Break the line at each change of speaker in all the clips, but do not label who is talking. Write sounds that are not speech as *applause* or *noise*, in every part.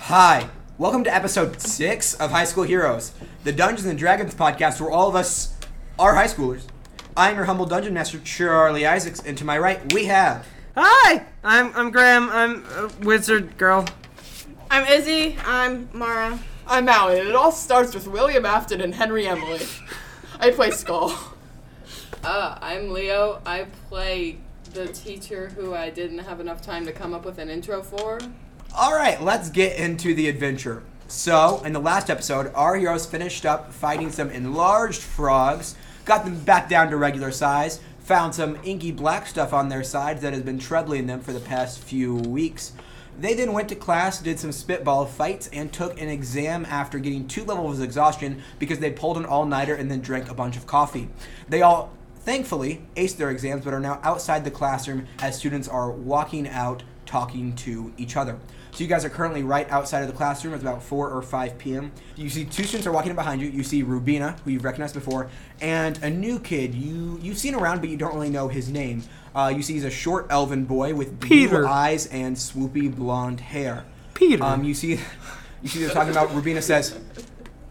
Hi, welcome to episode six of High School Heroes, the Dungeons and Dragons podcast where all of us are high schoolers. I'm your humble dungeon master, Charlie Isaacs, and to my right we have.
Hi, I'm I'm Graham. I'm a wizard girl.
I'm Izzy. I'm Mara.
I'm Alan, and it all starts with William Afton and Henry Emily. I play Skull.
Uh, I'm Leo. I play the teacher who I didn't have enough time to come up with an intro for.
All right, let's get into the adventure. So, in the last episode, our heroes finished up fighting some enlarged frogs, got them back down to regular size, found some inky black stuff on their sides that has been troubling them for the past few weeks. They then went to class, did some spitball fights, and took an exam after getting two levels of exhaustion because they pulled an all nighter and then drank a bunch of coffee. They all thankfully aced their exams but are now outside the classroom as students are walking out talking to each other. So you guys are currently right outside of the classroom. It's about 4 or 5 p.m. You see two students are walking behind you. You see Rubina, who you've recognized before, and a new kid you you've seen around but you don't really know his name. Uh, you see he's a short elven boy with
Peter.
blue eyes and swoopy blonde hair.
Peter.
Um, you see, *laughs* you see, they're talking about. Rubina says,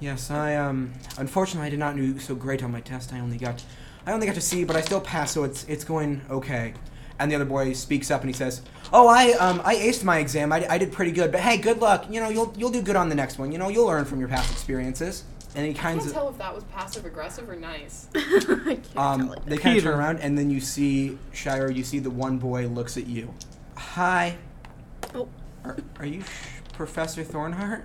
"Yes, I um, unfortunately, I did not do so great on my test. I only got, I only got to C, but I still passed, so it's it's going okay." And the other boy speaks up and he says, "Oh, I um, I aced my exam. I, I did pretty good. But hey, good luck. You know, you'll you'll do good on the next one. You know, you'll learn from your past experiences." And he
I
kind
can't
of
tell if that was passive aggressive or nice.
*laughs*
um, they kind of turn
Peter.
around and then you see Shire. You see the one boy looks at you. Hi.
Oh.
Are, are you Professor Thornheart?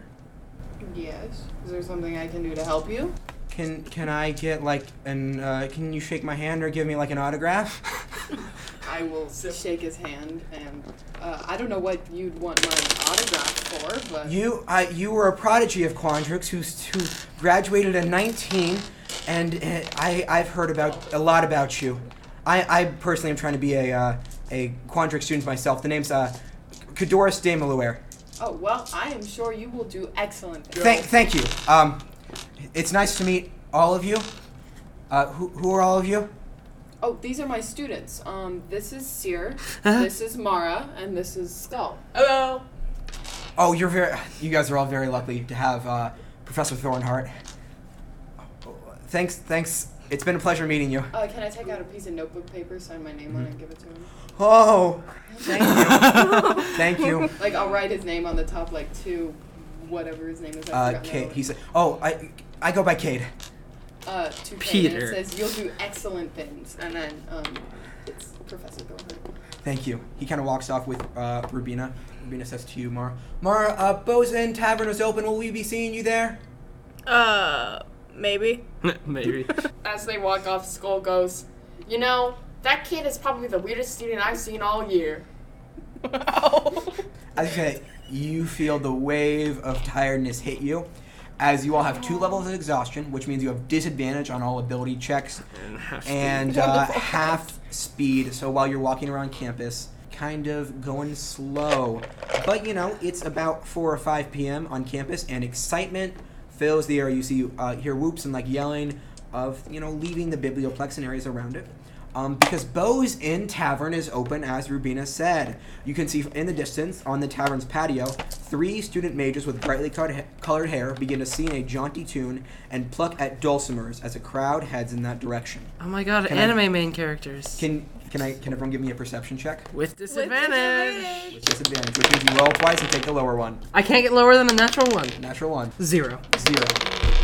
Yes. Is there something I can do to help you?
Can can I get like an uh, can you shake my hand or give me like an autograph? *laughs*
I will shake his hand, and uh, I don't know what you'd want my autograph for, but
You I you were a prodigy of Quandrix who's who graduated at 19, and uh, I I've heard about a lot about you. I, I personally am trying to be a uh, a Quandrix student myself. The name's uh, Cadoris de Maluaire.
oh well. I am sure you will do excellent. things.
Thank thank you. Um, it's nice to meet all of you. Uh, who who are all of you?
Oh, these are my students. Um, this is Seer,
Uh-huh.
this is Mara, and this is Skull.
Hello.
Oh, you're very. You guys are all very lucky to have uh, Professor Thornheart. Thanks, thanks. It's been a pleasure meeting you.
Uh, can I take out a piece of notebook paper, sign my name on it, and give it to him?
Oh, thank you, *laughs* thank you.
*laughs* Like I'll write his name on the top, like to whatever his name is.
Uh,
I forgot now.
Kate, he said. Oh, I, I go by Cade.
uh, to
Peter.
Peter. And it says you'll do excellent things, and then um, it's Professor Thornhart.
Thank you. He kind of walks off with uh, Rubina. Rubina says to you, Mara. Mara, uh, Bosun Tavern is open. Will we be seeing you there?
Uh, maybe.
*laughs* Maybe.
As they walk off, Skull goes, You know, that kid is probably the weirdest student I've seen all
*laughs*
year.
As you say, you feel the wave of tiredness hit you. As you all have two levels of exhaustion, which means you have disadvantage on all ability checks
Oh
and uh, half speed. So while you're walking around campus, kind of going slow. But you know, it's about 4 or 5 p.m. on campus, and excitement fills the air. You see, uh, hear whoops and like yelling of, you know, leaving the biblioplex and areas around it. Um, because Bo's Inn Tavern is open, as Rubina said. You can see in the distance, on the tavern's patio, three student mages with brightly colored, ha- colored hair begin to sing a jaunty tune and pluck at dulcimers as a crowd heads in that direction.
oh my god,
Can I-
anime main characters.
Can can I can everyone give me a perception check?
With disadvantage.
With disadvantage, which means you roll twice and take the lower one.
I can't get lower than a natural one.
Natural one.
Zero.
Zero.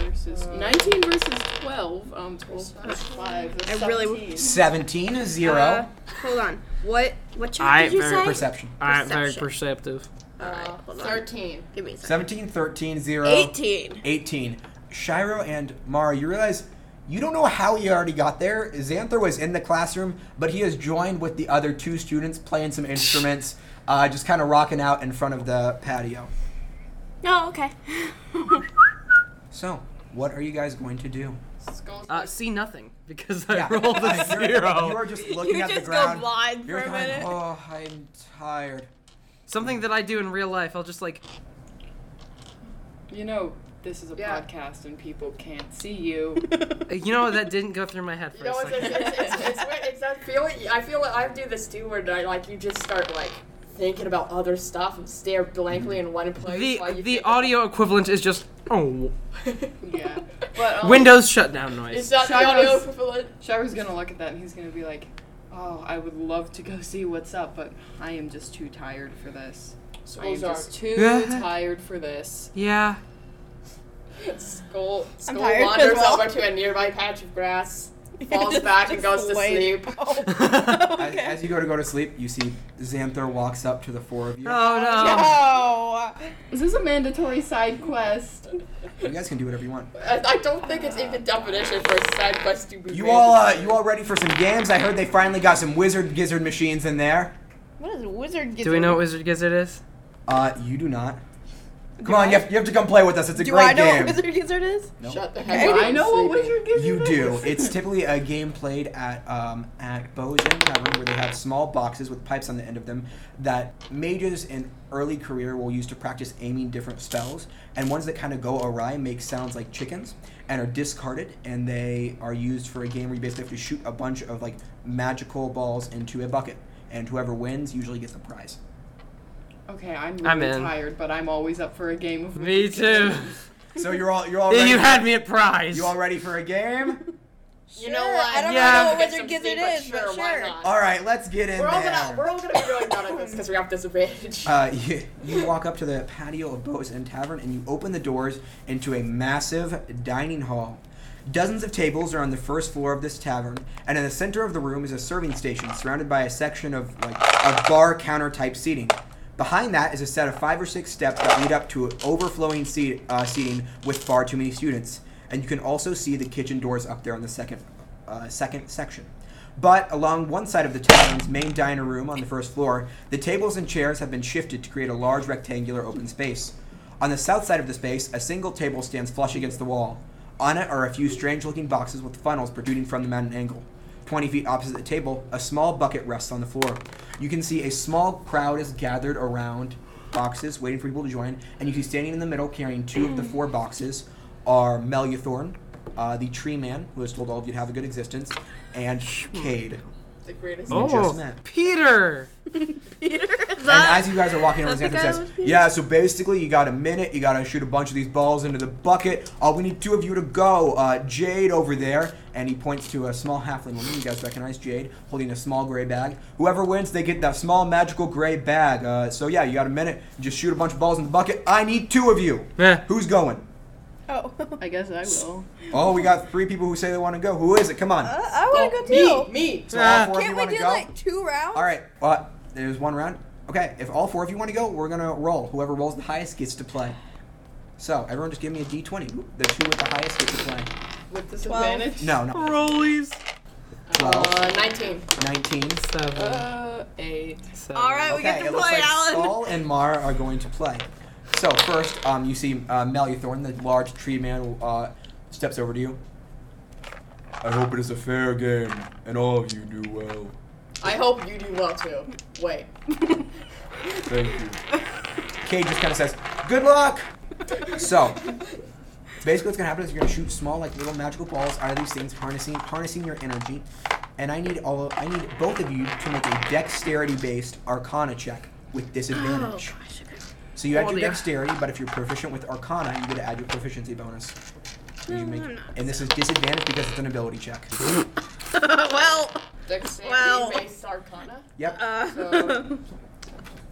Versus 19 versus 12. Um, 12 plus 5. That's
I really w-
17.
Seventeen is zero.
Uh, hold on. What? What check
I
did you
very
say?
perception.
I'm very
Perception.
perceptive.
Alright,
Uh,
hold on.
13.
Give me a second.
17, 13, 0.
18.
18. Shiro and Mara, you realize you don't know how he already got there. Xanther was in the classroom, but he has joined with the other two students playing some instruments, uh, just kind of rocking out in front of the patio.
No, okay.
So, what are you guys going to do?
Skull's
Uh, see nothing because *laughs* I
Yeah.
*laughs* rolled a
*laughs* You're- You
zero.
are just *laughs* looking at the
just go
ground.
blind for
You're
a
going,
minute.
Oh, I'm tired.
*laughs* Something that I do in real life. I'll just like.
you know, this is a
Yeah.
podcast and people can't see you.
uh, You know that didn't go through my head for
*laughs* You know,
a
it's,
second.
it's, it's, it's, it's, it's that feeling. I feel like I do this too where I, like you just start like thinking about other stuff and stare blankly in one place. while
The
you
the
think
audio equivalent is just oh
*laughs*
Yeah. But
*laughs*
um,
Windows shutdown
Is
noise.
that the
Shut
audio
*laughs*
up.
equivalent?
Shire's gonna look at that and he's gonna be like, "Oh, I would love to go see what's up, but I am just too tired for this. I am
Skulls are.
just too
Yeah.
tired for this."
Yeah.
Skull, skull
tired
wanders
as well.
over to a nearby patch of grass, falls back, and goes to
*laughs*
sleep.
*laughs* As, as you go to go to sleep, you see Xanther walks up to the four of you.
Oh
Is this a mandatory side quest?
You guys can do whatever you want.
I I don't think it's even definition for a side quest to be
You
made.
all, uh, you all ready for some games? I heard they finally got some wizard gizzard machines in there.
What is wizard?
no. Do we know what Wizard Gizzard is?
Uh, you do not. Come on, you have, you have to come play with us. It's a
Do
great
I know
game.
what wizard gizzard is?
No.
Shut the
I,
heck up.
know
I'm
what wizard gives
You
*laughs*
do. It's typically a game played at um, at Bows and Tavern where they have small boxes with pipes on the end of them that mages in early career will use to practice aiming different spells, and ones that kind of go awry make sounds like chickens and are discarded, and they are used for a game where you basically have to shoot a bunch of like magical balls into a bucket, and whoever wins usually gets the prize.
Okay, I'm really
I'm in.
tired, but I'm always up for a game of
Me too.
So you're all you're all ready.
*laughs* you had me at prize.
you all ready for a game?
You know
Sure,
what?
I don't
Yeah. know what
Get
wizard
some
gizzard
sleep, but
is, but
why
sure.
not?
All right, let's get in
We're all
there.
gonna we're all gonna be really bad at this because we
*laughs*
have disadvantage.
Uh, you, you walk up to the patio of Boats and Tavern and you open the doors into a massive dining hall. Dozens of tables are on the first floor of this tavern, and in the center of the room is a serving station surrounded by a section of like of bar counter type seating. Behind that is a set of five or six steps that lead up to overflowing seat, uh, seating with far too many students, and you can also see the kitchen doors up there on the second uh, second section. But along one side of the tavern's main diner room on the first floor, the tables and chairs have been shifted to create a large rectangular open space. On the south side of the space, a single table stands flush against the wall. On it are a few strange looking boxes with funnels protruding from them at an angle. 20 feet opposite the table, a small bucket rests on the floor. You can see a small crowd is gathered around boxes, waiting for people to join, and you see standing in the middle, carrying two of the four boxes, are Meluthorn, uh, the tree man, who has told all of you to have a good existence, and Cade.
Ah.
the greatest.
You just
Oh,
met.
Peter.
And as you guys are walking over,
That's the
Xanthan
guy
says,
with the-
Yeah, so basically, you got a minute. You got to shoot a bunch of these balls into the bucket. Uh, we need two of you to go. Uh, Jade over there. And he points to a small halfling woman. You guys recognize Jade holding a small gray bag. Whoever wins, they get that small magical gray bag. Uh, so, yeah, you got a minute. Just shoot a bunch of balls in the bucket. I need two of you.
Yeah.
Who's going?
Oh,
I guess I will.
Oh, we got three people who say they want to go. Who is it? Come on.
*laughs* I want to go
Oh, me,
too.
me.
So all four of you
Uh, Can't we
want to
do
go?
like two rounds?
All right. Well, there's one round. Okay. If all four of you want to go, we're gonna roll. Whoever rolls the highest gets to play. So everyone, just give me a d20. Oop, The two with the highest get to play.
With disadvantage?
No, no.
Rollies.
12,
Uh, 19.
19.
Seven.
Uh, eight.
seven.
All right, we
Okay.
get
It
to
looks
play,
like
Alan.
Saul and Mara are going to play. So first, um, you see uh, Meluthorn, the large tree man, uh, steps over to you. I hope it is a fair game, and all of you do well.
I hope you do well too.
*laughs*
Wait.
Thank you. Cade just kind of says, "Good luck." So, basically, what's gonna happen is you're gonna shoot small, like little magical balls out of these things, harnessing harnessing your energy. And I need all I need both of you to make a dexterity-based Arcana check with
Oh,
disadvantage. so you add
Oh,
your
dear.
dexterity, but if you're proficient with Arcana, you get to add your proficiency bonus. And you
No,
make-
I'm not.
and this is disadvantage because it's an ability check.
*laughs* well, Wow.
Dexterity based arcana.
Yep.
uh,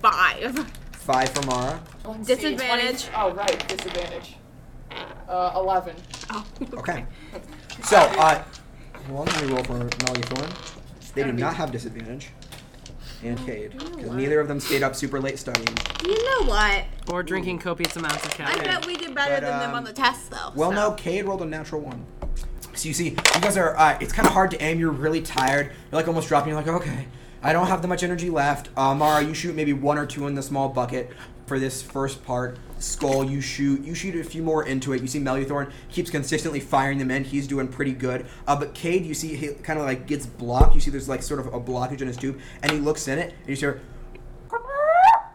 five.
Five for Mara.
Let's see,
Disadvantage.
20 oh right, disadvantage. Uh, 11.
Oh,
Okay. So, uh, hold on, let me roll for Melody Thorn. They do not have disadvantage. And Cade. Because neither of them stayed up super late studying.
*laughs* You know what?
Or drinking copious amounts of
I
caffeine.
bet we did better
But,
than them
um,
on the test, though.
Well,
so.
no, Cade rolled a natural one. So you see, you guys are, uh, it's kind of hard to aim. You're really tired. You're like almost dropping. You're like, okay, I don't have that much energy left. Uh, Mara, you shoot maybe one or two in the small bucket for this first part. Skull, you shoot, you shoot a few more into it. You see Meluthorn keeps consistently firing them in. He's doing pretty good. Uh, but Cade, you see, he kind of like gets blocked. You see, there's like sort of a blockage in his tube, and he looks in it, and you hear,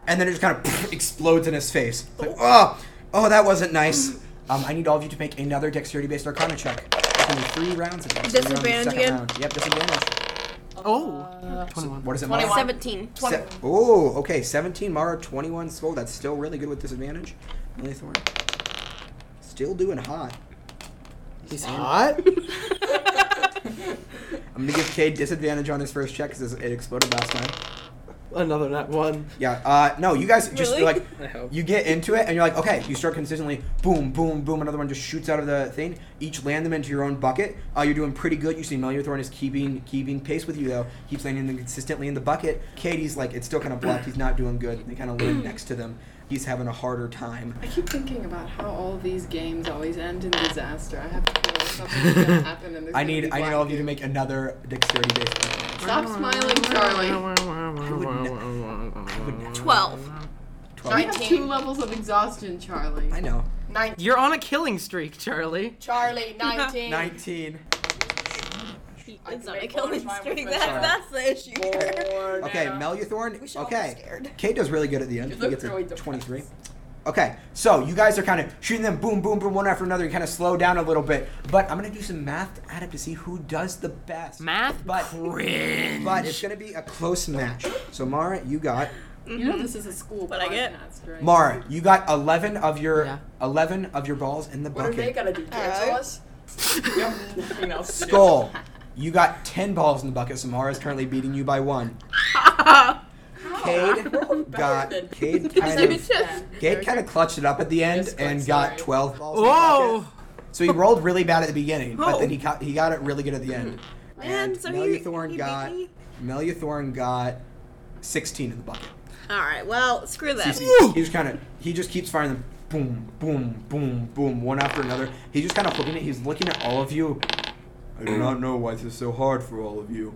and then it just kind of *laughs* explodes in his face. It's like, oh, oh, that wasn't nice. Um, I need all of you to make another dexterity-based Arcana check. It's only three rounds of this. We're on the
Disadvantage
second
again?
Round. Yep, disadvantage.
Oh, 21.
What is it,
21.
Mara?
17. *laughs*
Se- oh, okay. 17 Mara, 21 Soul. That's still really good with disadvantage. Lily Thorne. Still doing hot.
He's hot.
I'm going to give Cade disadvantage on his first check because it exploded last time.
Another net one.
Yeah. Uh, no, you guys just
Really?
like,
I hope.
you get into it and you're like, okay, you start consistently, boom, boom, boom. Another one just shoots out of the thing. Each land them into your own bucket. Uh, you're doing pretty good. You see Melior Thorn is keeping keeping pace with you though. Keeps landing them consistently in the bucket. Katie's like, it's still kind of blocked. He's not doing good. They kind of land next to them. He's having a harder time.
I keep thinking about how all these games always end in disaster. I have to
*laughs*
feel something's gonna happen and there's
I
gonna
need
be
I need
black
all of you to
dude.
make another dexterity based.
Stop smiling, Charlie.
would not-
12.
I have
19.
two levels of exhaustion, Charlie.
I know.
19.
You're on a killing streak, Charlie.
*laughs*
Charlie, 19.
Nineteen.
It's not
make
a
one
killing
time with
streak.
my
*laughs* That,
child.
that's the issue. *laughs* here.
Four
Okay,
now.
We
Meluthorn.
should all be
Okay.
*laughs*
scared.
Kate does really good at the end.
You
He
look
gets a
really depressed.
twenty-three. Okay, so you guys are kind of shooting them boom, boom, boom, one after another. You kind of slow down a little bit, but I'm gonna do some math to add up to see who does the best.
Math
But-
cringe.
But it's gonna be a close match. So Mara, you
*laughs*
got
You know this is a school
But I
podcast,
get-
right?
Mara, you got eleven of your
Yeah.
eleven of your balls in the
What are
bucket.
they gonna do? Cancel
Alright.
*laughs*
us? Yep. *laughs* Nothing else. *laughs*
Skull, you got 10 balls in the bucket, so Mara's currently beating you by
*laughs*
one. Cade got
than- *laughs*
Cade kind of Cade kind of clutched it up at the end
Just
and
click,
got
sorry.
12 balls. in the
Whoa!
bucket. So he rolled really bad at the beginning, but
Oh.
then he got, he got it really good at the end.
Man,
and
so he-
Meluthorn
he
got
beat me?
Meluthorn got 16 in the bucket.
Alright, well, screw that.
He just kind of he just keeps firing them boom boom boom boom one after another. He's just kind of looking at he's looking at all of you. I do not know why this is so hard for all of you.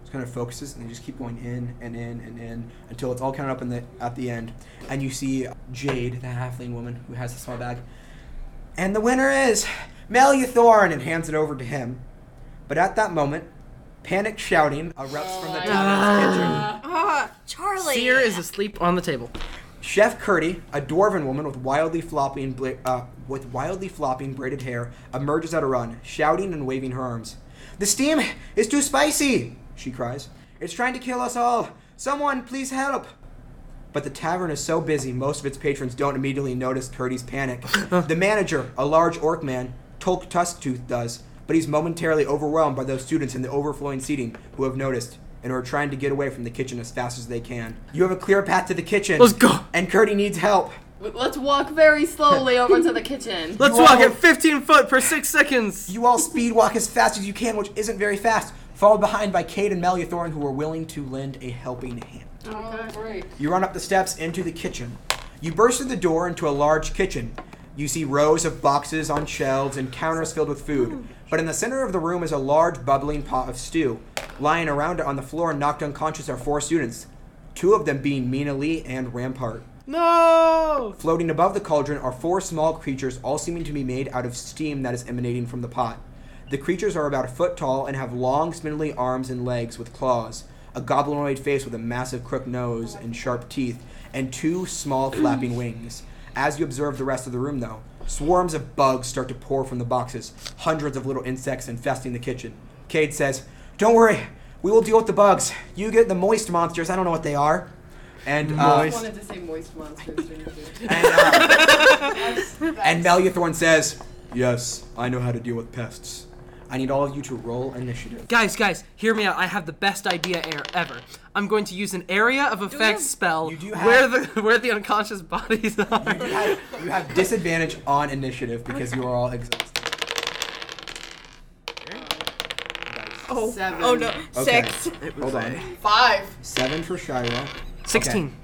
Just kind of focuses and they just keep going in and in and in until it's all counted up in the at the end. And you see Jade, the halfling woman who has the small bag. And the winner is Meluthorn and hands it over to him. But at that moment, panic shouting erupts from the top of his kitchen.
Ah, Charlie.
Seer is asleep on the table.
Chef Curdy, a dwarven woman with wildly flopping bla- uh, with wildly flopping braided hair, emerges at a run, shouting and waving her arms. "The steam is too spicy!" she cries. "It's trying to kill us all! Someone, please help!" But the tavern is so busy, most of its patrons don't immediately notice Curdy's
*laughs*
panic. the manager, a large orc man, Tolk Tusktooth does, but he's momentarily overwhelmed by those students in the overflowing seating who have noticed and are trying to get away from the kitchen as fast as they can. You have a clear path to the kitchen.
Let's go.
And Curdy needs help.
Let's walk very slowly over to the kitchen.
Let's
You
walk
all-
at 15 foot per six seconds.
You all speed walk as fast as you can, which isn't very fast, followed behind by Cade and Meluthorn, who are willing to lend a helping hand.
Oh, great.
You run up the steps into the kitchen. You burst through the door into a large kitchen. You see rows of boxes on shelves and counters filled with food. But in the center of the room is a large bubbling pot of stew. Lying around it on the floor and knocked unconscious are four students, two of them being Mina Lee and Rampart.
No!
Floating above the cauldron are four small creatures, all seeming to be made out of steam that is emanating from the pot. The creatures are about a foot tall and have long, spindly arms and legs with claws, a goblinoid face with a massive crooked nose and sharp teeth, and two small, flapping wings. As you observe the rest of the room, though, swarms of bugs start to pour from the boxes, hundreds of little insects infesting the kitchen. Cade says, Don't worry, we will deal with the bugs. You get the moist monsters, I don't know what they are. And,
I
uh,
just wanted to say moist monsters. didn't you?
and, uh, *laughs* and Meluthorn says, Yes, I know how to deal with pests. I need all of you to roll initiative.
Guys, guys, hear me out. I have the best idea air ever. I'm going to use an area of effect
have-
spell
You do have-
where the *laughs* where the unconscious bodies are.
You have, you have disadvantage on initiative because you are all exhausted.
Oh,
Seven.
oh no.
Okay.
*laughs* Six.
Hold on.
Five.
Seven for Shira.
16.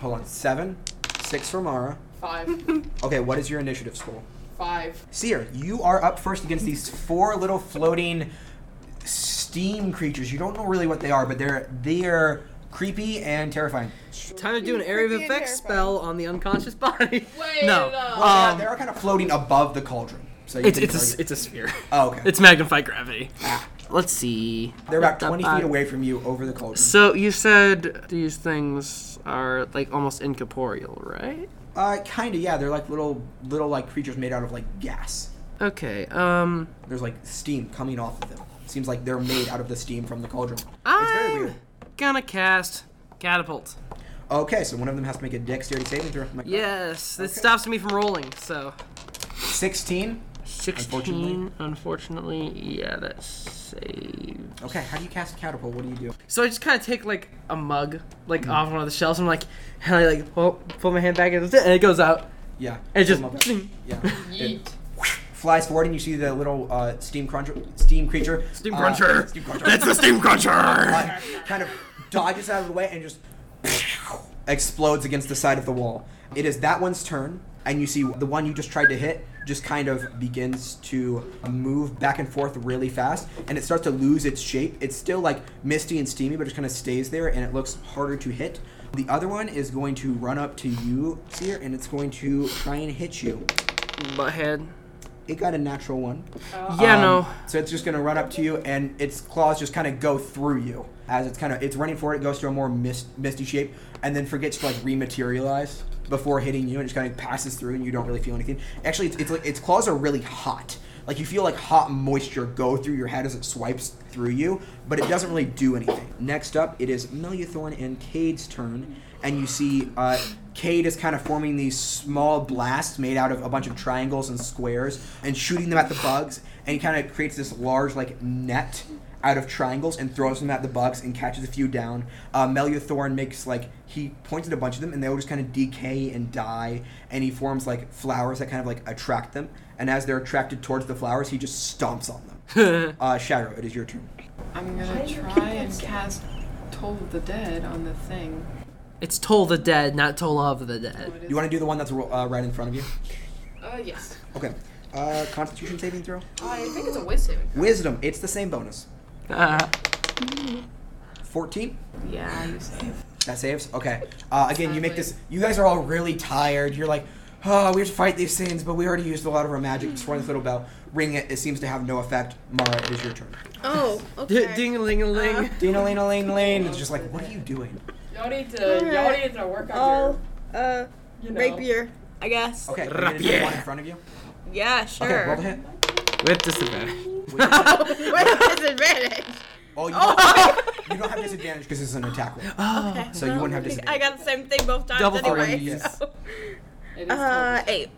Hold on. Seven. Six for Mara.
Five.
Okay, what is your initiative score?
Five.
Seer, you are up first against these four little floating steam creatures. You don't know really what they are, but they're they're creepy and terrifying.
Time to do an area of effect spell on the unconscious body.
Wait
no.
Well,
up.
they are-
Um,
they are kind of floating above the cauldron. So you
It's
can
it's a, s-
target-
it's a sphere. *laughs*
oh, okay.
It's magnified gravity. Let's see.
Ah. They're about 20 feet away from you over the cauldron.
uh, So you said these things are like almost incorporeal, right?
Uh, kind of, yeah. They're like little, little like creatures made out of like gas.
Okay. Um.
There's like steam coming off of them. Seems like they're made out of the steam from the cauldron. it's very
I'm
weird.
gonna cast catapult.
Okay, so one of them has to make a dexterity saving throw. My-
Yes, this stops me from rolling. So
16.
16. Unfortunately, yeah, that saves.
Okay, how do you cast catapult? What do you do?
So I just kind of take like a mug, like off one of the shelves. I'm like, *laughs* and I like pull, pull my hand back, and it goes out.
Yeah.
And it just
Love it. Yeah. It
Yeet.
flies forward, and you see the little uh, steam cruncher, steam creature.
Steam
uh,
cruncher.
steam
*laughs*
cruncher.
It's the steam *laughs* cruncher.
uh, kind of dodges out of the way and just explodes against the side of the wall. It is that one's turn, and you see the one you just tried to hit just kind of begins to move back and forth really fast, and it starts to lose its shape. It's still like misty and steamy, but it just kind of stays there, and it looks harder to hit. The other one is going to run up to you, Seer, and it's going to try and hit you.
Butthead.
It got a natural one.
Yeah,
Um,
no.
So it's just gonna run up to you, and its claws just kind of go through you as it's kind of it's running forward. It goes to a more mist, misty shape, and then forgets to like rematerialize before hitting you, and it just kind of passes through, and you don't really feel anything. Actually, it's, it's like its claws are really hot. Like you feel like hot moisture go through your head as it swipes through you, but it doesn't really do anything. Next up, it is Meliathorn and Cade's turn, and you see uh, Cade is kind of forming these small blasts made out of a bunch of triangles and squares and shooting them at the bugs, and he kind of creates this large like net out of triangles and throws them at the bugs and catches a few down. Uh, Meliathorn makes like he points at a bunch of them and they will just kind of decay and die, and he forms like flowers that kind of like attract them. And as they're attracted towards the flowers, he just stomps on them. uh, Shadow, it is your turn.
I'm gonna try and cast Toll of the Dead on the thing.
It's Toll the Dead, not Toll of the Dead.
You want to do the one that's ro- uh, right in front of you?
Uh, yes.
Okay. Uh, Constitution saving throw.
I think it's a wisdom.
Wisdom. It's the same bonus.
Ah.
14
Yeah, you save.
that saves okay uh, again you make this you guys are all really tired you're like oh we have to fight these things but we already used a lot of our magic just run this little bell ring it it seems to have no effect mara it is your turn
Oh, okay. Uh-huh.
Ding a ling a ling.
dina lane lane lane it's just like what are you doing
Y'all need to, y'all
Alright.
need to work on
I'll, uh,
your, you know.
rapier, I guess.
okay you're gonna do the one in front of you
Yeah,
okay roll
sure.
the
*laughs*
hit
With disadvantage.
With disadvantage.
oh you don't, *laughs* you don't have disadvantage because it's an attack roll
Oh.
so you wouldn't have
I
disadvantage
got the same thing both times
Double
anyway.
threes.
*laughs* so-
It is
Uh, eight.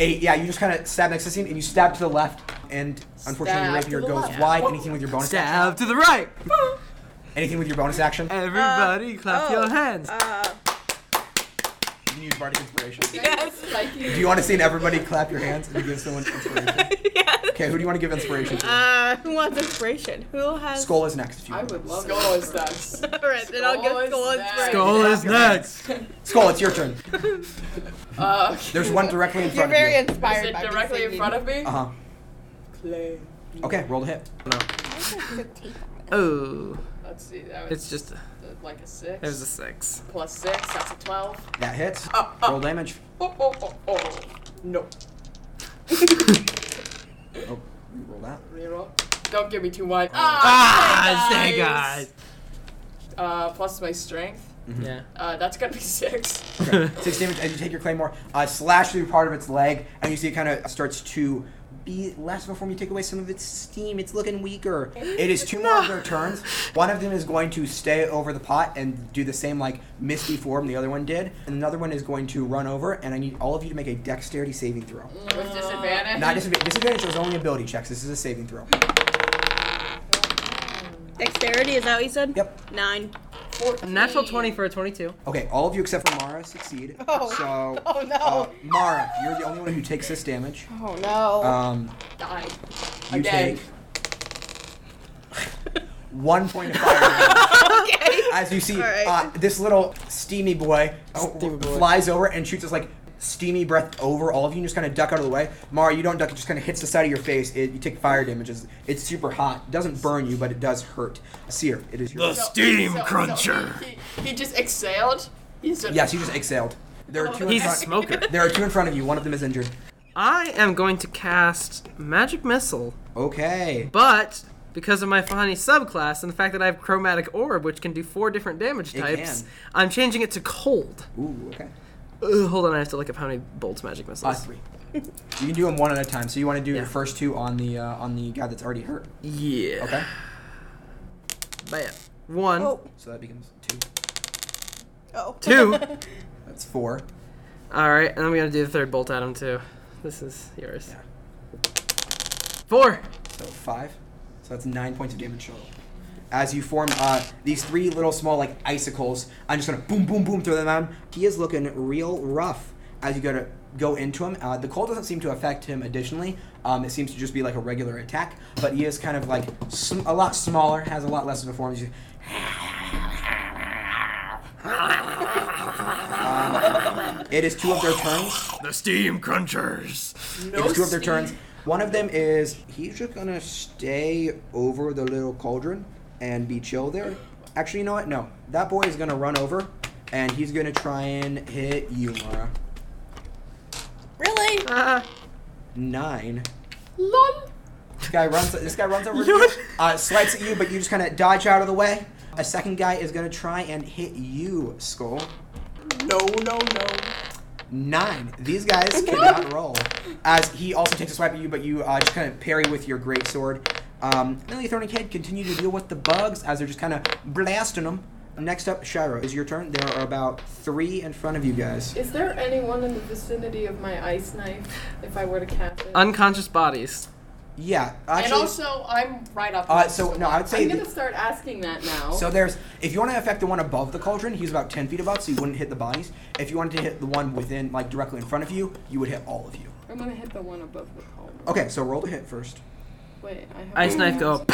eight yeah you just kind of stab next to the scene and you stab to the left and unfortunately your
Stab
rapier
to the
goes
left.
wide anything with your bonus
Stab to the right.
anything with your bonus action
Uh.
Everybody clap
oh,
your hands.
Uh, *laughs*
you can use bardic inspiration
yes.
*laughs* Do you want to see everybody clap your hands and give someone inspiration?
yes.
Okay, who do you want to give inspiration to?
Uh, who wants inspiration? Who has?
Skull is next. If you
I
want.
would love
Skull
that.
is *laughs* next.
*laughs* Alright, then I'll
Skull
give
is
skull
back.
inspiration.
Goal is
*laughs*
next.
Skull, it's your turn.
Uh,
There's one directly in
*laughs* You're
front
very
of
Is
inspired
it
by me
directly in
singing.
front of me?
you. Uh huh.
Uh.
Clay.
Okay, roll to hit.
Oh,
Let's see. That was
it's just it
uh, like a six.
was a six.
Plus six. That's a twelve.
That hits.
Oh, oh.
Roll damage.
Oh, oh, oh, oh. No.
Oh, roll that.
Reroll. Don't give me too wide.
Ah,
stay
stay guys.
Uh, plus my strength.
Yeah.
Uh, that's gonna be *laughs* six.
Okay. Six damage as you take your claymore, uh, slash through part of its leg, and you see it kind of starts to be less before you take away some of its steam. It's looking weaker. It is two more of their turns. One of them is going to stay over the pot and do the same like misty form the other one did. And another one is going to run over, and I need all of you to make a dexterity saving throw.
With disadvantage.
Not disadvantage. Disadvantage is only ability checks. This is a saving throw.
Dexterity, is that what you said?
Yep.
Nine.
Natural twenty for a twenty-two.
Okay, all of you except for Mara succeed.
*laughs* Oh.
So,
Oh no.
uh, Mara, you're the only one who takes this damage.
oh no.
Um,
Die.
You
Again.
take
*laughs*
one point of fire damage
okay.
as you see
All right.
uh, this little steamy boy, oh,
Steamy boy.
flies over and shoots this like steamy breath over all of you and just kind of duck out of the way. Mara, you don't duck; it just kind of hits the side of your face. It, you take fire damage. It's, it's super hot. It doesn't burn you, but it does hurt. Seer, it is your.
Steam cruncher. he, he just exhaled. He's a,
Yes, you just exhaled. There are two. In
He's a
front,
smoker.
there are two in front of you. One of them is injured.
I am going to cast Magic Missile,
Okay.
but because of my Fahani subclass and the fact that I have Chromatic Orb, which can do four different damage
It
types,
can.
I'm changing it to Cold.
Ooh. Okay.
Ugh, hold on, I have to look up how many bolts Magic
Uh,
Missiles.
three. You can do them one at a time. So you want to do your
Yeah.
first two on the uh, on the guy that's already hurt.
Yeah.
Okay.
Bam. One.
Oh.
So that becomes two.
*laughs* Oh.
Two.
That's four.
All right, and I'm gonna do the third bolt at him too. This is yours. Four.
So five. So that's nine points of damage total. As you form uh, these three little small like icicles, I'm just gonna boom, boom, boom throw them at him. He is looking real rough as you go to go into him. Uh, the cold doesn't seem to affect him. Additionally, um, it seems to just be like a regular attack, but he is kind of like sm- a lot smaller, has a lot less of a form. He's just- *laughs* Um, it is two of their turns.
The steam crunchers.
It's two of their turns. One of them is he's just gonna stay over the little cauldron and be chill there. Actually, you know what? No, that boy is gonna run over, and he's gonna try and hit you, Mara.
*laughs* Really?
Ah.
Nine.
Lol.
This guy runs. This guy runs over to
You-
you, uh, swipes at you, but you just kind of dodge out of the way. A second guy is gonna try and hit you, Skull.
No, no, no.
Nine. These
*laughs*
guys cannot roll. As he also takes a swipe at you, but you uh, just kind of parry with your great sword. Um, and Throwing Head continue to deal with the bugs as they're just kind of blasting them. Next up, Shiro, is your turn. There are about three in front of you guys.
Is there anyone in the vicinity of my ice knife if I were to cast it?
Unconscious bodies.
Yeah,
and
actually.
also, I'm right up.
Uh,
next
so
to
no,
one.
I would say.
I'm gonna start asking that now.
So there's, if you want to affect the one above the cauldron, he's about ten feet above, so you wouldn't hit the bodies. If you wanted to hit the one within, like directly in front of you, you would hit all of you.
I'm gonna hit the one above the cauldron.
Okay, so roll to hit first.
Wait, I have
Ice knife go.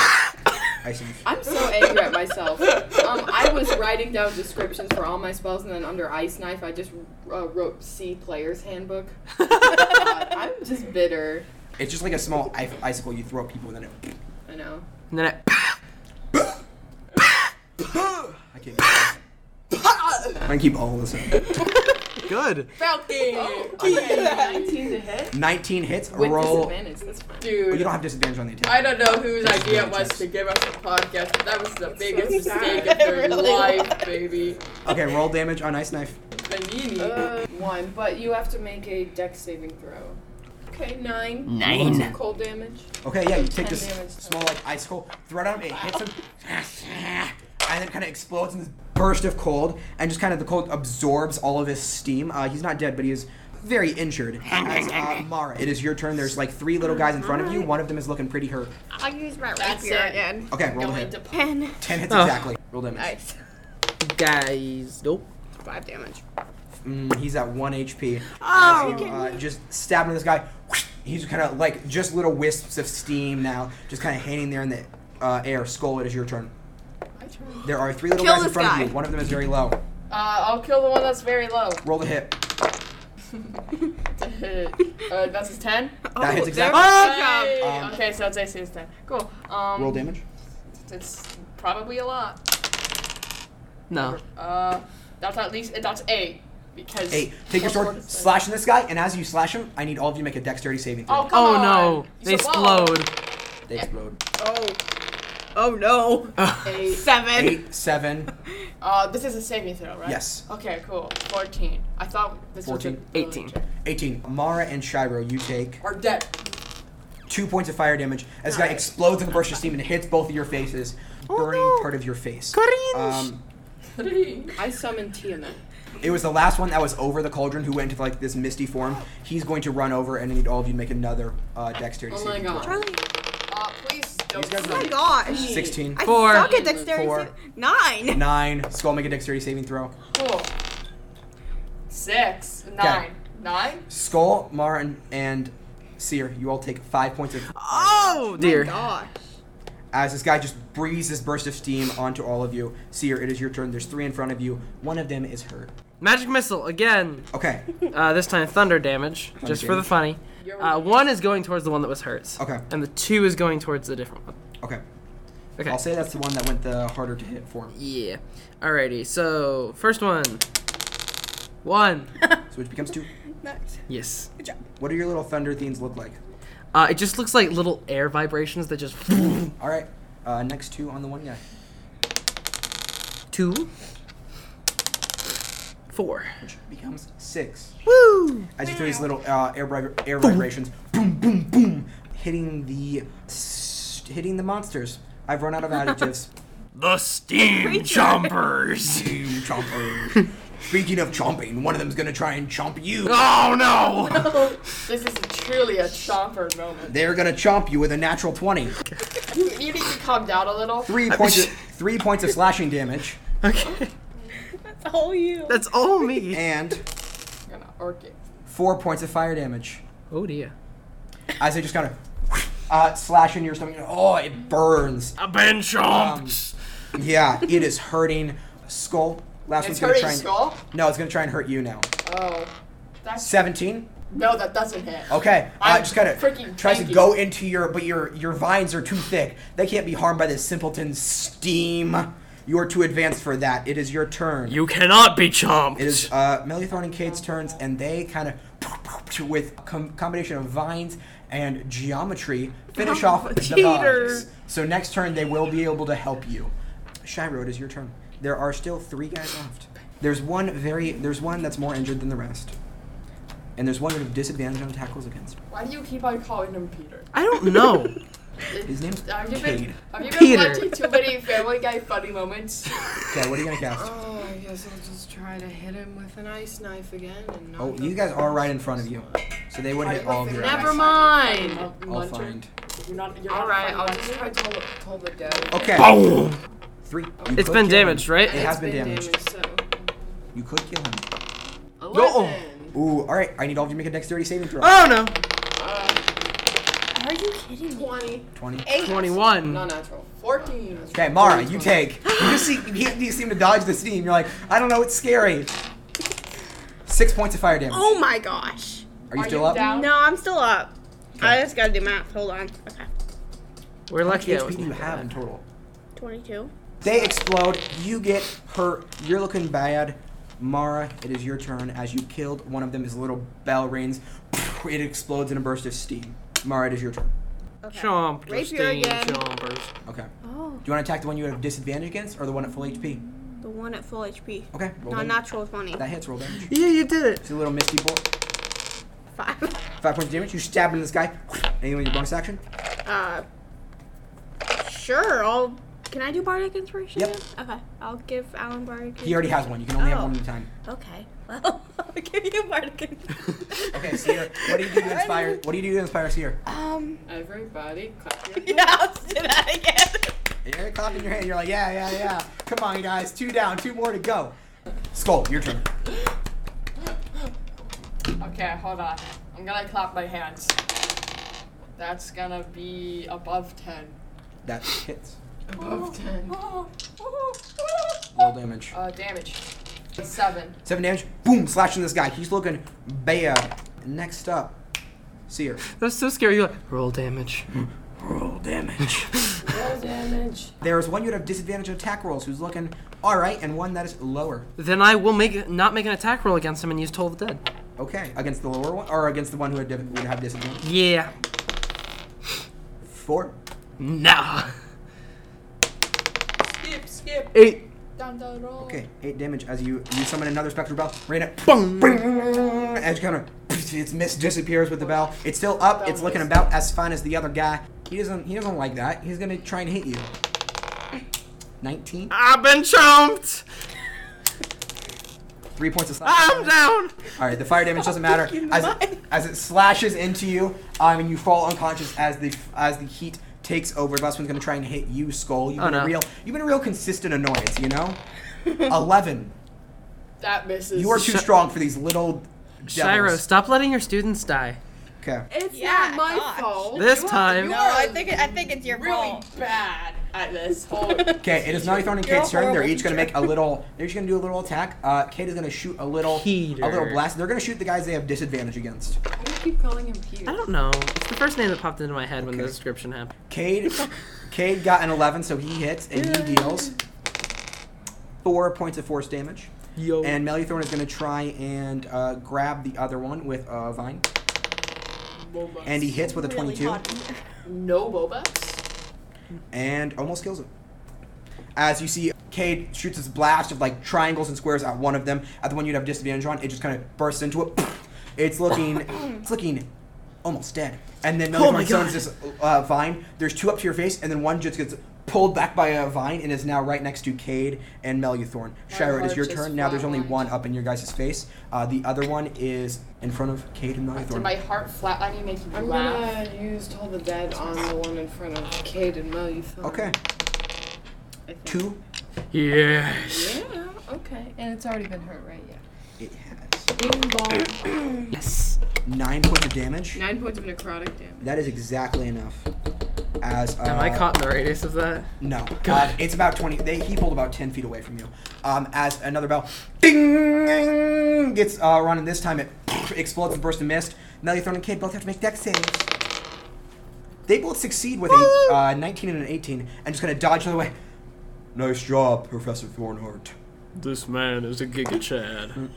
Icing.
I'm so angry at myself. Um, I was writing down descriptions for all my spells, and then under Ice Knife, I just uh, wrote C Player's
*laughs*
Handbook. God, I'm just bitter.
It's just like a small i- icicle you throw at people, and then it
I know.
And then I,
I can't. I'm gonna keep all of this in.
good.
Falcon.
Okay, 19 to hit
19 hits.
with
roll.
disadvantage. That's fine.
But you
Dude,
don't have disadvantage on the attack.
I don't know whose idea it was to give us a podcast, but that was the biggest
sad.
*laughs*
mistake of their
It really
life,
was.
baby.
Okay, roll damage on ice knife.
Panini.
Uh, one, but you have to make a deck saving throw. Okay, nine.
Nine.
Two cold damage.
Okay, yeah, you take
10
this
damage total.
small like icicle, throw it on him, it hits him, and then kind of explodes in this burst of cold, and just kind of the cold absorbs all of his steam. Uh, he's not dead, but he is very
*laughs*
injured. As, uh, Mara, it is your turn. There's like three little guys in front of you. One of them is looking pretty hurt.
I'll use my
That's
rapier
it.
again.
Okay, roll a
Going
hit.
to pop.
Ten.
Ten hits
Oh.
exactly. Roll damage.
Nice.
Guys, nope.
Five damage.
Mm, he's at one HP.
Oh.
As you, uh, just stabbing this guy. He's kind of like just little wisps of steam now, just kind of hanging there in the uh, air. Skull, it is your turn.
My turn.
There are three little
Kill
guys in
this
front
guy.
of you. One of them is very low.
Uh, I'll kill the one that's very low. *laughs*
Roll the hit.
uh, that's
That hits
a 10.
there- Ah!
exactly.
Good job.
Yay!
Um,
okay, so it's AC is 10. Cool. Um,
Roll damage.
It's probably a lot.
No.
Uh, that's at least, that's 8. Because.
Eight. Take your sword, slashing this guy, and as you slash him, I need all of you to make a dexterity saving throw.
Oh, come
Oh
on.
no.
You
They
survived.
explode.
They explode.
Oh. Oh no.
Eight.
Seven.
Eight, seven.
Uh, this is a saving throw, right?
Yes.
Okay, cool. 14. I thought this was
14.
a
18.
18. Mara and Shiro, you take
Or dead.
two points of fire damage as this guy explodes in a burst of steam and hits both of your faces, burning
no.
part of your face.
Cringe.
Um,
Three.
I summon Tiamat.
It was the last one that was over the cauldron who went into like this misty form. He's going to run over and I need all of you to make another uh, dexterity.
Oh my
saving
god.
Charlie.
Uh, please don't.
These guys
Oh
are-
my gosh.
throw. 16.
I
Four.
suck at dexterity.
Four.
save- Nine.
Nine. Skull make a dexterity saving throw.
Cool. Six. Nine. Nine?
Skull, Marin, and Seer, you all take five points of
Oh
Oh
dear.
my gosh.
as this guy just breathes this burst of steam onto all of you. Seer, it is your turn. There's three in front of you. One of them is hurt.
Magic missile again.
Okay.
Uh, this time thunder damage, just for the funny.
You're
Uh, one is going towards the one that was hurt.
Okay.
And the two is going towards the different one.
Okay.
Okay.
I'll say that's the one that went the harder to hit form.
Yeah. Alrighty. So first one. *laughs* One.
So it becomes two.
Nice.
yes.
Good job.
What do your little thunder themes look like?
Uh, it just looks like little air vibrations that just. *laughs*
All right. Uh, next two on the one guy.
Two. Four.
which becomes six.
Woo!
As you throw these little uh, air, vibra- air vibrations, boom, boom, boom, hitting the hitting the monsters. I've run out of adjectives.
The steam
*laughs*
chompers.
Boom, chomper. Speaking of chomping, one of them's gonna try and chomp you.
Ah!
Oh no!
This is truly a chomper moment.
They're gonna chomp you with a natural twenty.
You, you need to calm down a little.
Three points.
*laughs*
Of, three points of slashing damage,
Okay.
That's all you.
That's all me.
and
I'm gonna arc it.
four points of fire damage.
Oh dear.
As they just kind of uh, slash into your stomach. Oh, it burns.
Ah!
I've been chomped.
Yeah, it is hurting. Skull. Last one's
It's
gonna
hurting
try and
skull.
no, it's gonna try and hurt you now.
Oh, that's
Seventeen.
no, that doesn't hit.
Okay, I
I'm
just kind of
freaking
tries to
tanky.
go into your, but your your vines are too thick. They can't be harmed by this simpleton steam. You are too advanced for that. It is your turn.
you cannot be chomped.
it is uh, Meluthorn and Kate's turns, and they kind of with a com- combination of vines and geometry finish
Oh,
off the bugs.
Cheater.
So next turn they will be able to help you. Shiro, it is your turn. There are still three guys left. There's one very. There's one that's more injured than the rest, and there's one with disadvantage on tackles against.
Why do you keep on calling him Peter?
I don't know.
His name's
Have you
Cade.
been, have you been
Peter.
watching too many Family Guy funny moments?
Okay, what are you gonna cast?
Oh, I guess I'll just try to hit him with an ice knife again. And knock
Oh,
him
you guys are right in front of you, so they would hit all of your.
Never
attacks.
mind.
I'll find.
You're not. You're
All
not
right,
funny.
I'll just try to pull, pull the dough.
Okay,
Boom.
three. You
Oh. It's
could kill
been damaged,
him.
right?
It has been damaged.
damaged. so
You could kill him. oh.
eleven.
Ooh, all right. I need all of you to make a dexterity saving throw.
*laughs* Oh no.
Are you kidding me?
Twenty.
Twenty.
Not
Twenty-one.
natural.
14.
Okay, Mara, you take. You just see, you, can't- you seem to dodge the steam. You're like, I don't know, it's scary. Six points of fire damage.
Oh my gosh.
Are you
Are
still
you
up?
down?
No, I'm still up. I just gotta do math. Hold on. Okay.
We're
How much
lucky. I
HP
was
do you have in total?
22.
They explode. You get hurt. You're looking bad. Mara, it is your turn. As you killed one of them, his little bell rings. It explodes in a burst of steam. Mara, it is your turn.
Okay.
Chomped. or
Rapier
stinged
again.
chompers.
Okay. Do
Oh,
you want to attack the one you have disadvantage against, or the one at full HP?
the one at full HP.
Okay. Roll
Not
damage.
natural 20.
That hits. Roll damage.
Yeah, you did it.
It's a little misty bullet.
Five. *laughs*
Five points of damage. You stab into this guy. Anyone your bonus action?
Uh, sure. I'll. Can I do bardic inspiration?
Yep.
now? Okay. I'll give Alan bardic.
He already has one. You can only have
Oh.
one at a time.
Okay. Well, *laughs* I'll give you bardic. inspiration.
Okay, Seer, what do you do
*laughs*
to inspire? What do you do to inspire Seer?
um.
Everybody, clap your
Yeah, I'll do that again.
You're clapping your hand. You're like, yeah, yeah, yeah. Come on, you guys. Two down. Two more to go. Skull, your turn.
Okay, hold on. I'm gonna clap my hands. That's gonna be above 10.
That hits.
above *gasps* ten.
Roll damage.
Uh, damage. Seven.
Seven damage. Boom, slashing this guy. He's looking bad. Next up, Seer.
That's so scary. You're like roll *laughs* damage.
Roll damage. There's one you would have disadvantage on attack rolls who's looking all right, and one that is lower.
*laughs* Then I will make not make an attack roll against him and use Toll of the Dead.
Okay, against the lower one, or against the one who would have- would have disadvantage.
Yeah.
Four.
Nah.
Skip, skip.
Eight.
Down the road.
Okay, eight damage as you you summon another spectral bell. Rain it, boom, boom, as you kind of its mist disappears with the bell. It's still up. It's looking about as fine as the other guy. He doesn't he doesn't like that. He's gonna try and hit you. Nineteen.
I've been chomped.
Three points of slash.
I'm down.
All right, the fire damage doesn't matter. As it, as it slashes into you, um, and you fall unconscious as the as the heat takes over. The last one's gonna try and hit you, Skull. You've
Oh,
been a
no.
real you've been a real consistent annoyance, you know. Eleven.
That misses.
You are too
Shi-
strong for these little.
Shiro,
devils.
stop letting your students die.
Okay.
It's
Yeah,
not my
gosh.
fault.
This time.
No, I think it, I think it's your
really
fault.
bad at
*laughs*
this whole.
Okay, it is Naughty Thorn and
You're
Kate's turn. They're
horrible
each gonna make a little. They're each gonna do a little attack. Uh, Kate is gonna shoot a little, a little
Peter.
blast. They're gonna shoot the guys they have disadvantage against.
Why do you keep calling him Peter?
I don't know. It's the first name that popped into my head when the
Okay.
description happened.
Cade, Cade got an 11, so he hits and he deals four points of force damage.
Yo.
And Meluthorn is gonna try and uh, grab the other one with uh, vine,
Boba.
and he hits with a 22
no Boba.
and almost kills him. As you see, Cade shoots this blast of like triangles and squares at one of them. At the one you'd have disadvantage on, it just kind of bursts into it. It's looking, it's looking almost dead. And then another
Oh
one
my
summons
God.
this uh, vine. There's two up to your face, and then one just gets pulled back by a vine and is now right next to Cade and Meluthorn. Shira, it is your
heart just
turn. Now there's only
flatlined.
one up in your guys' face. Uh, the other one is in front of Cade and
Did my
Meluthorn.
heart flatline you, make you
I'm
laugh?
gonna use Toll the Dead on the one in front of Cade and Mel. You thought.
Okay,
I think.
two.
Yes.
Yeah. Okay. And it's already been hurt, right? Yeah.
It has
Yes.
nine points of damage.
Nine points of necrotic damage.
That is exactly enough. As uh,
Am I caught in the radius of that?
No.
God.
Uh, it's about 20. They, he pulled about 10 feet away from you. Um, as another bell ding gets uh, run, and this time it *laughs* explodes with a burst of mist. Meluthorn and Kid both have to make deck saves. They both succeed with a uh, 19 and an 18 and just kind of dodge the other way. Nice job, Professor Thornheart.
This man is a Giga Chad.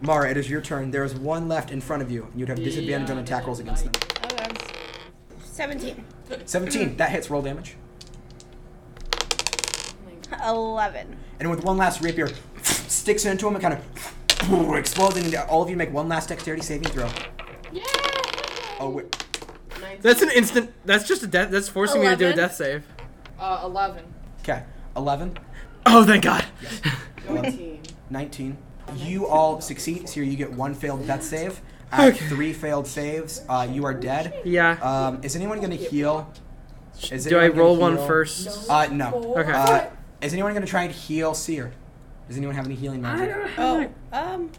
Mara, it is your turn. There is one left in front of you. and You'd have disadvantage on attack rolls against them.
Okay. 17.
17. That hits roll damage.
11.
and with one last rapier, sticks it into him and kind of explodes. And all of you make one last dexterity saving throw.
Yeah!
Oh, wait.
That's an instant. That's just a death. That's forcing me to do a
Eleven.
death save.
Uh, 11.
okay, 11,
Oh, thank God.
19.
19. You all succeed, so you get one failed death save. At three failed saves, uh, you are dead.
Yeah.
Um, is anyone gonna heal? Is
do I
anyone gonna
roll one
heal?
first?
Uh, no.
Okay.
Uh, is anyone gonna try and heal Seer? Does anyone have any healing magic?
Oh, um,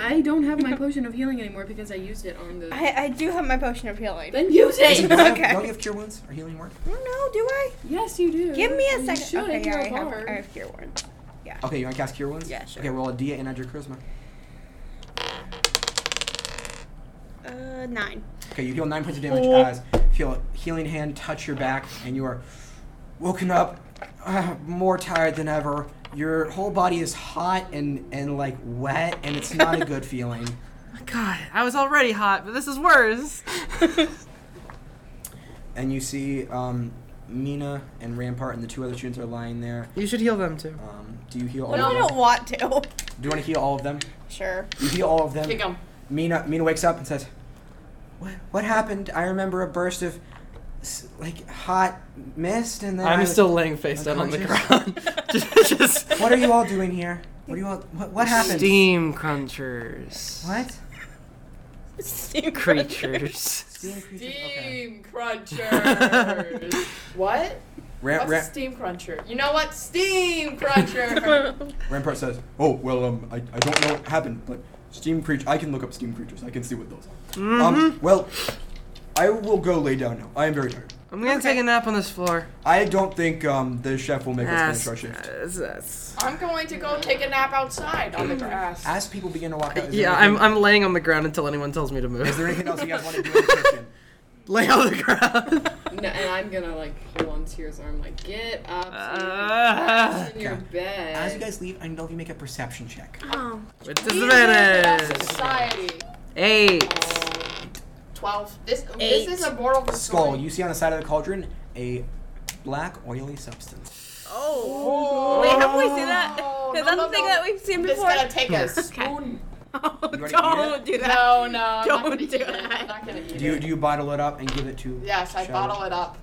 I don't have my potion of healing anymore because I used it on the.
I, I do have my potion of healing.
Then use
Does-
it.
don't, you
*laughs* Okay.
have, don't you have cure wounds or healing word?
I don't know, do I?
*laughs* yes, you do.
Give me a
Uh, You
second.
should,
okay,
you're
yeah,
a
I have,
bard.
I have Cure Wound.
Okay, you wanna cast cure wounds?
Yeah, sure.
Okay, roll a D and add your charisma.
Uh, 9.
Okay, you heal nine points of damage
Oh.
as feel a healing hand touch your back, and you are woken up, uh, more tired than ever. Your whole body is hot and and like wet, and it's not
*laughs*
a good feeling.
God, I was already hot, but this is worse.
And you see um, Mina and Rampart and the two other students are lying there.
you should heal them too.
Um, do you heal all
What if I
of
don't
them?
want to? *laughs*
Do you want to heal all of them?
Sure.
You heal all of them.
Kick him.
Mina Mina wakes up and says, "What what happened? I remember a burst of." s- Like hot mist, and then I
I'm
was-
still laying face down on the ground. *laughs* just,
*laughs*
just
What are you all doing here? What are you all? What, what happened?
steam crunchers.
What?
Steam *laughs*
Creatures.
Steam
Steam
creatures? Okay.
*laughs*
crunchers.
What?
Ram,
What's a steam cruncher? You know what? Steam
*laughs*
cruncher.
Um,
Rampart says, "Oh well, um, I, I don't know what happened, but steam creature. I can look up steam creatures. I can see what those are. Um, well, I will go lay down now. I am very tired.
I'm gonna take a nap on this floor.
I don't think um the chef will make us
That's-
finish our shift."
that's- that's-
I'm going to go take a nap outside on the grass.
As people begin to walk out, is there
Yeah, I'm,
anything-
I'm laying on the ground until anyone tells me to move.
Is there anything else you guys want to do in the *laughs* kitchen?
*laughs* Lay on the ground.
*laughs*
No, and I'm gonna like hold on to yours arm, like get up. Uh,
Ah.
in your
Okay.
bed.
As you guys leave, I know if you make a perception check.
Oh.
With
That's
disadvantage.
society.
Eight.
Twelve. This
Eight.
this is a moral of the
Skull,
story.
you see on the side of the cauldron a black oily substance.
oh. Wait, haven't we seen that?
Oh, No,
Is
no,
that the
no,
thing
no.
that we've seen
It's
before?
*laughs* gonna take a
*laughs*
spoon.
Oh,
You wanna eat
don't do that.
No, no. I'm not
Don't
gonna
do
eat it.
that.
I'm not gonna eat
Do you,
it.
do you bottle it up and give it to?
Yes, I
Shira?
bottle it up.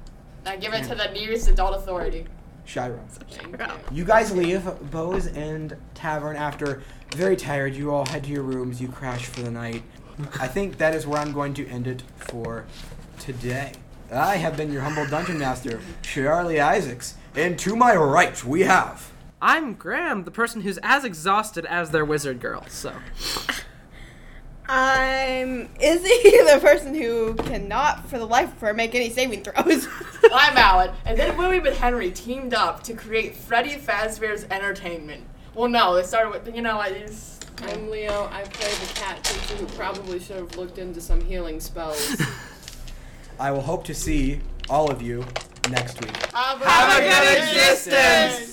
I give it to the nearest adult authority.
Shira.
Thank
Bro.
you.
You guys leave Bose and Tavern after very tired. You all head to your rooms. You crash for the night. I think that is where I'm going to end it for today. I have been your humble dungeon master, Charlie Isaacs, and to my right we have.
I'm Graham, the person who's as exhausted as their wizard girl. So
I'm Izzy, Um, *laughs* the person who cannot, for the life of her, make any saving throws. *laughs*
I'm Alan, and then William and Henry teamed up to create Freddy Fazbear's Entertainment. Well, no, it started with you know I just
I'm Leo. I play the cat teacher who probably should have looked into some healing spells.
I will hope to see all of you next week.
have a,
good existence.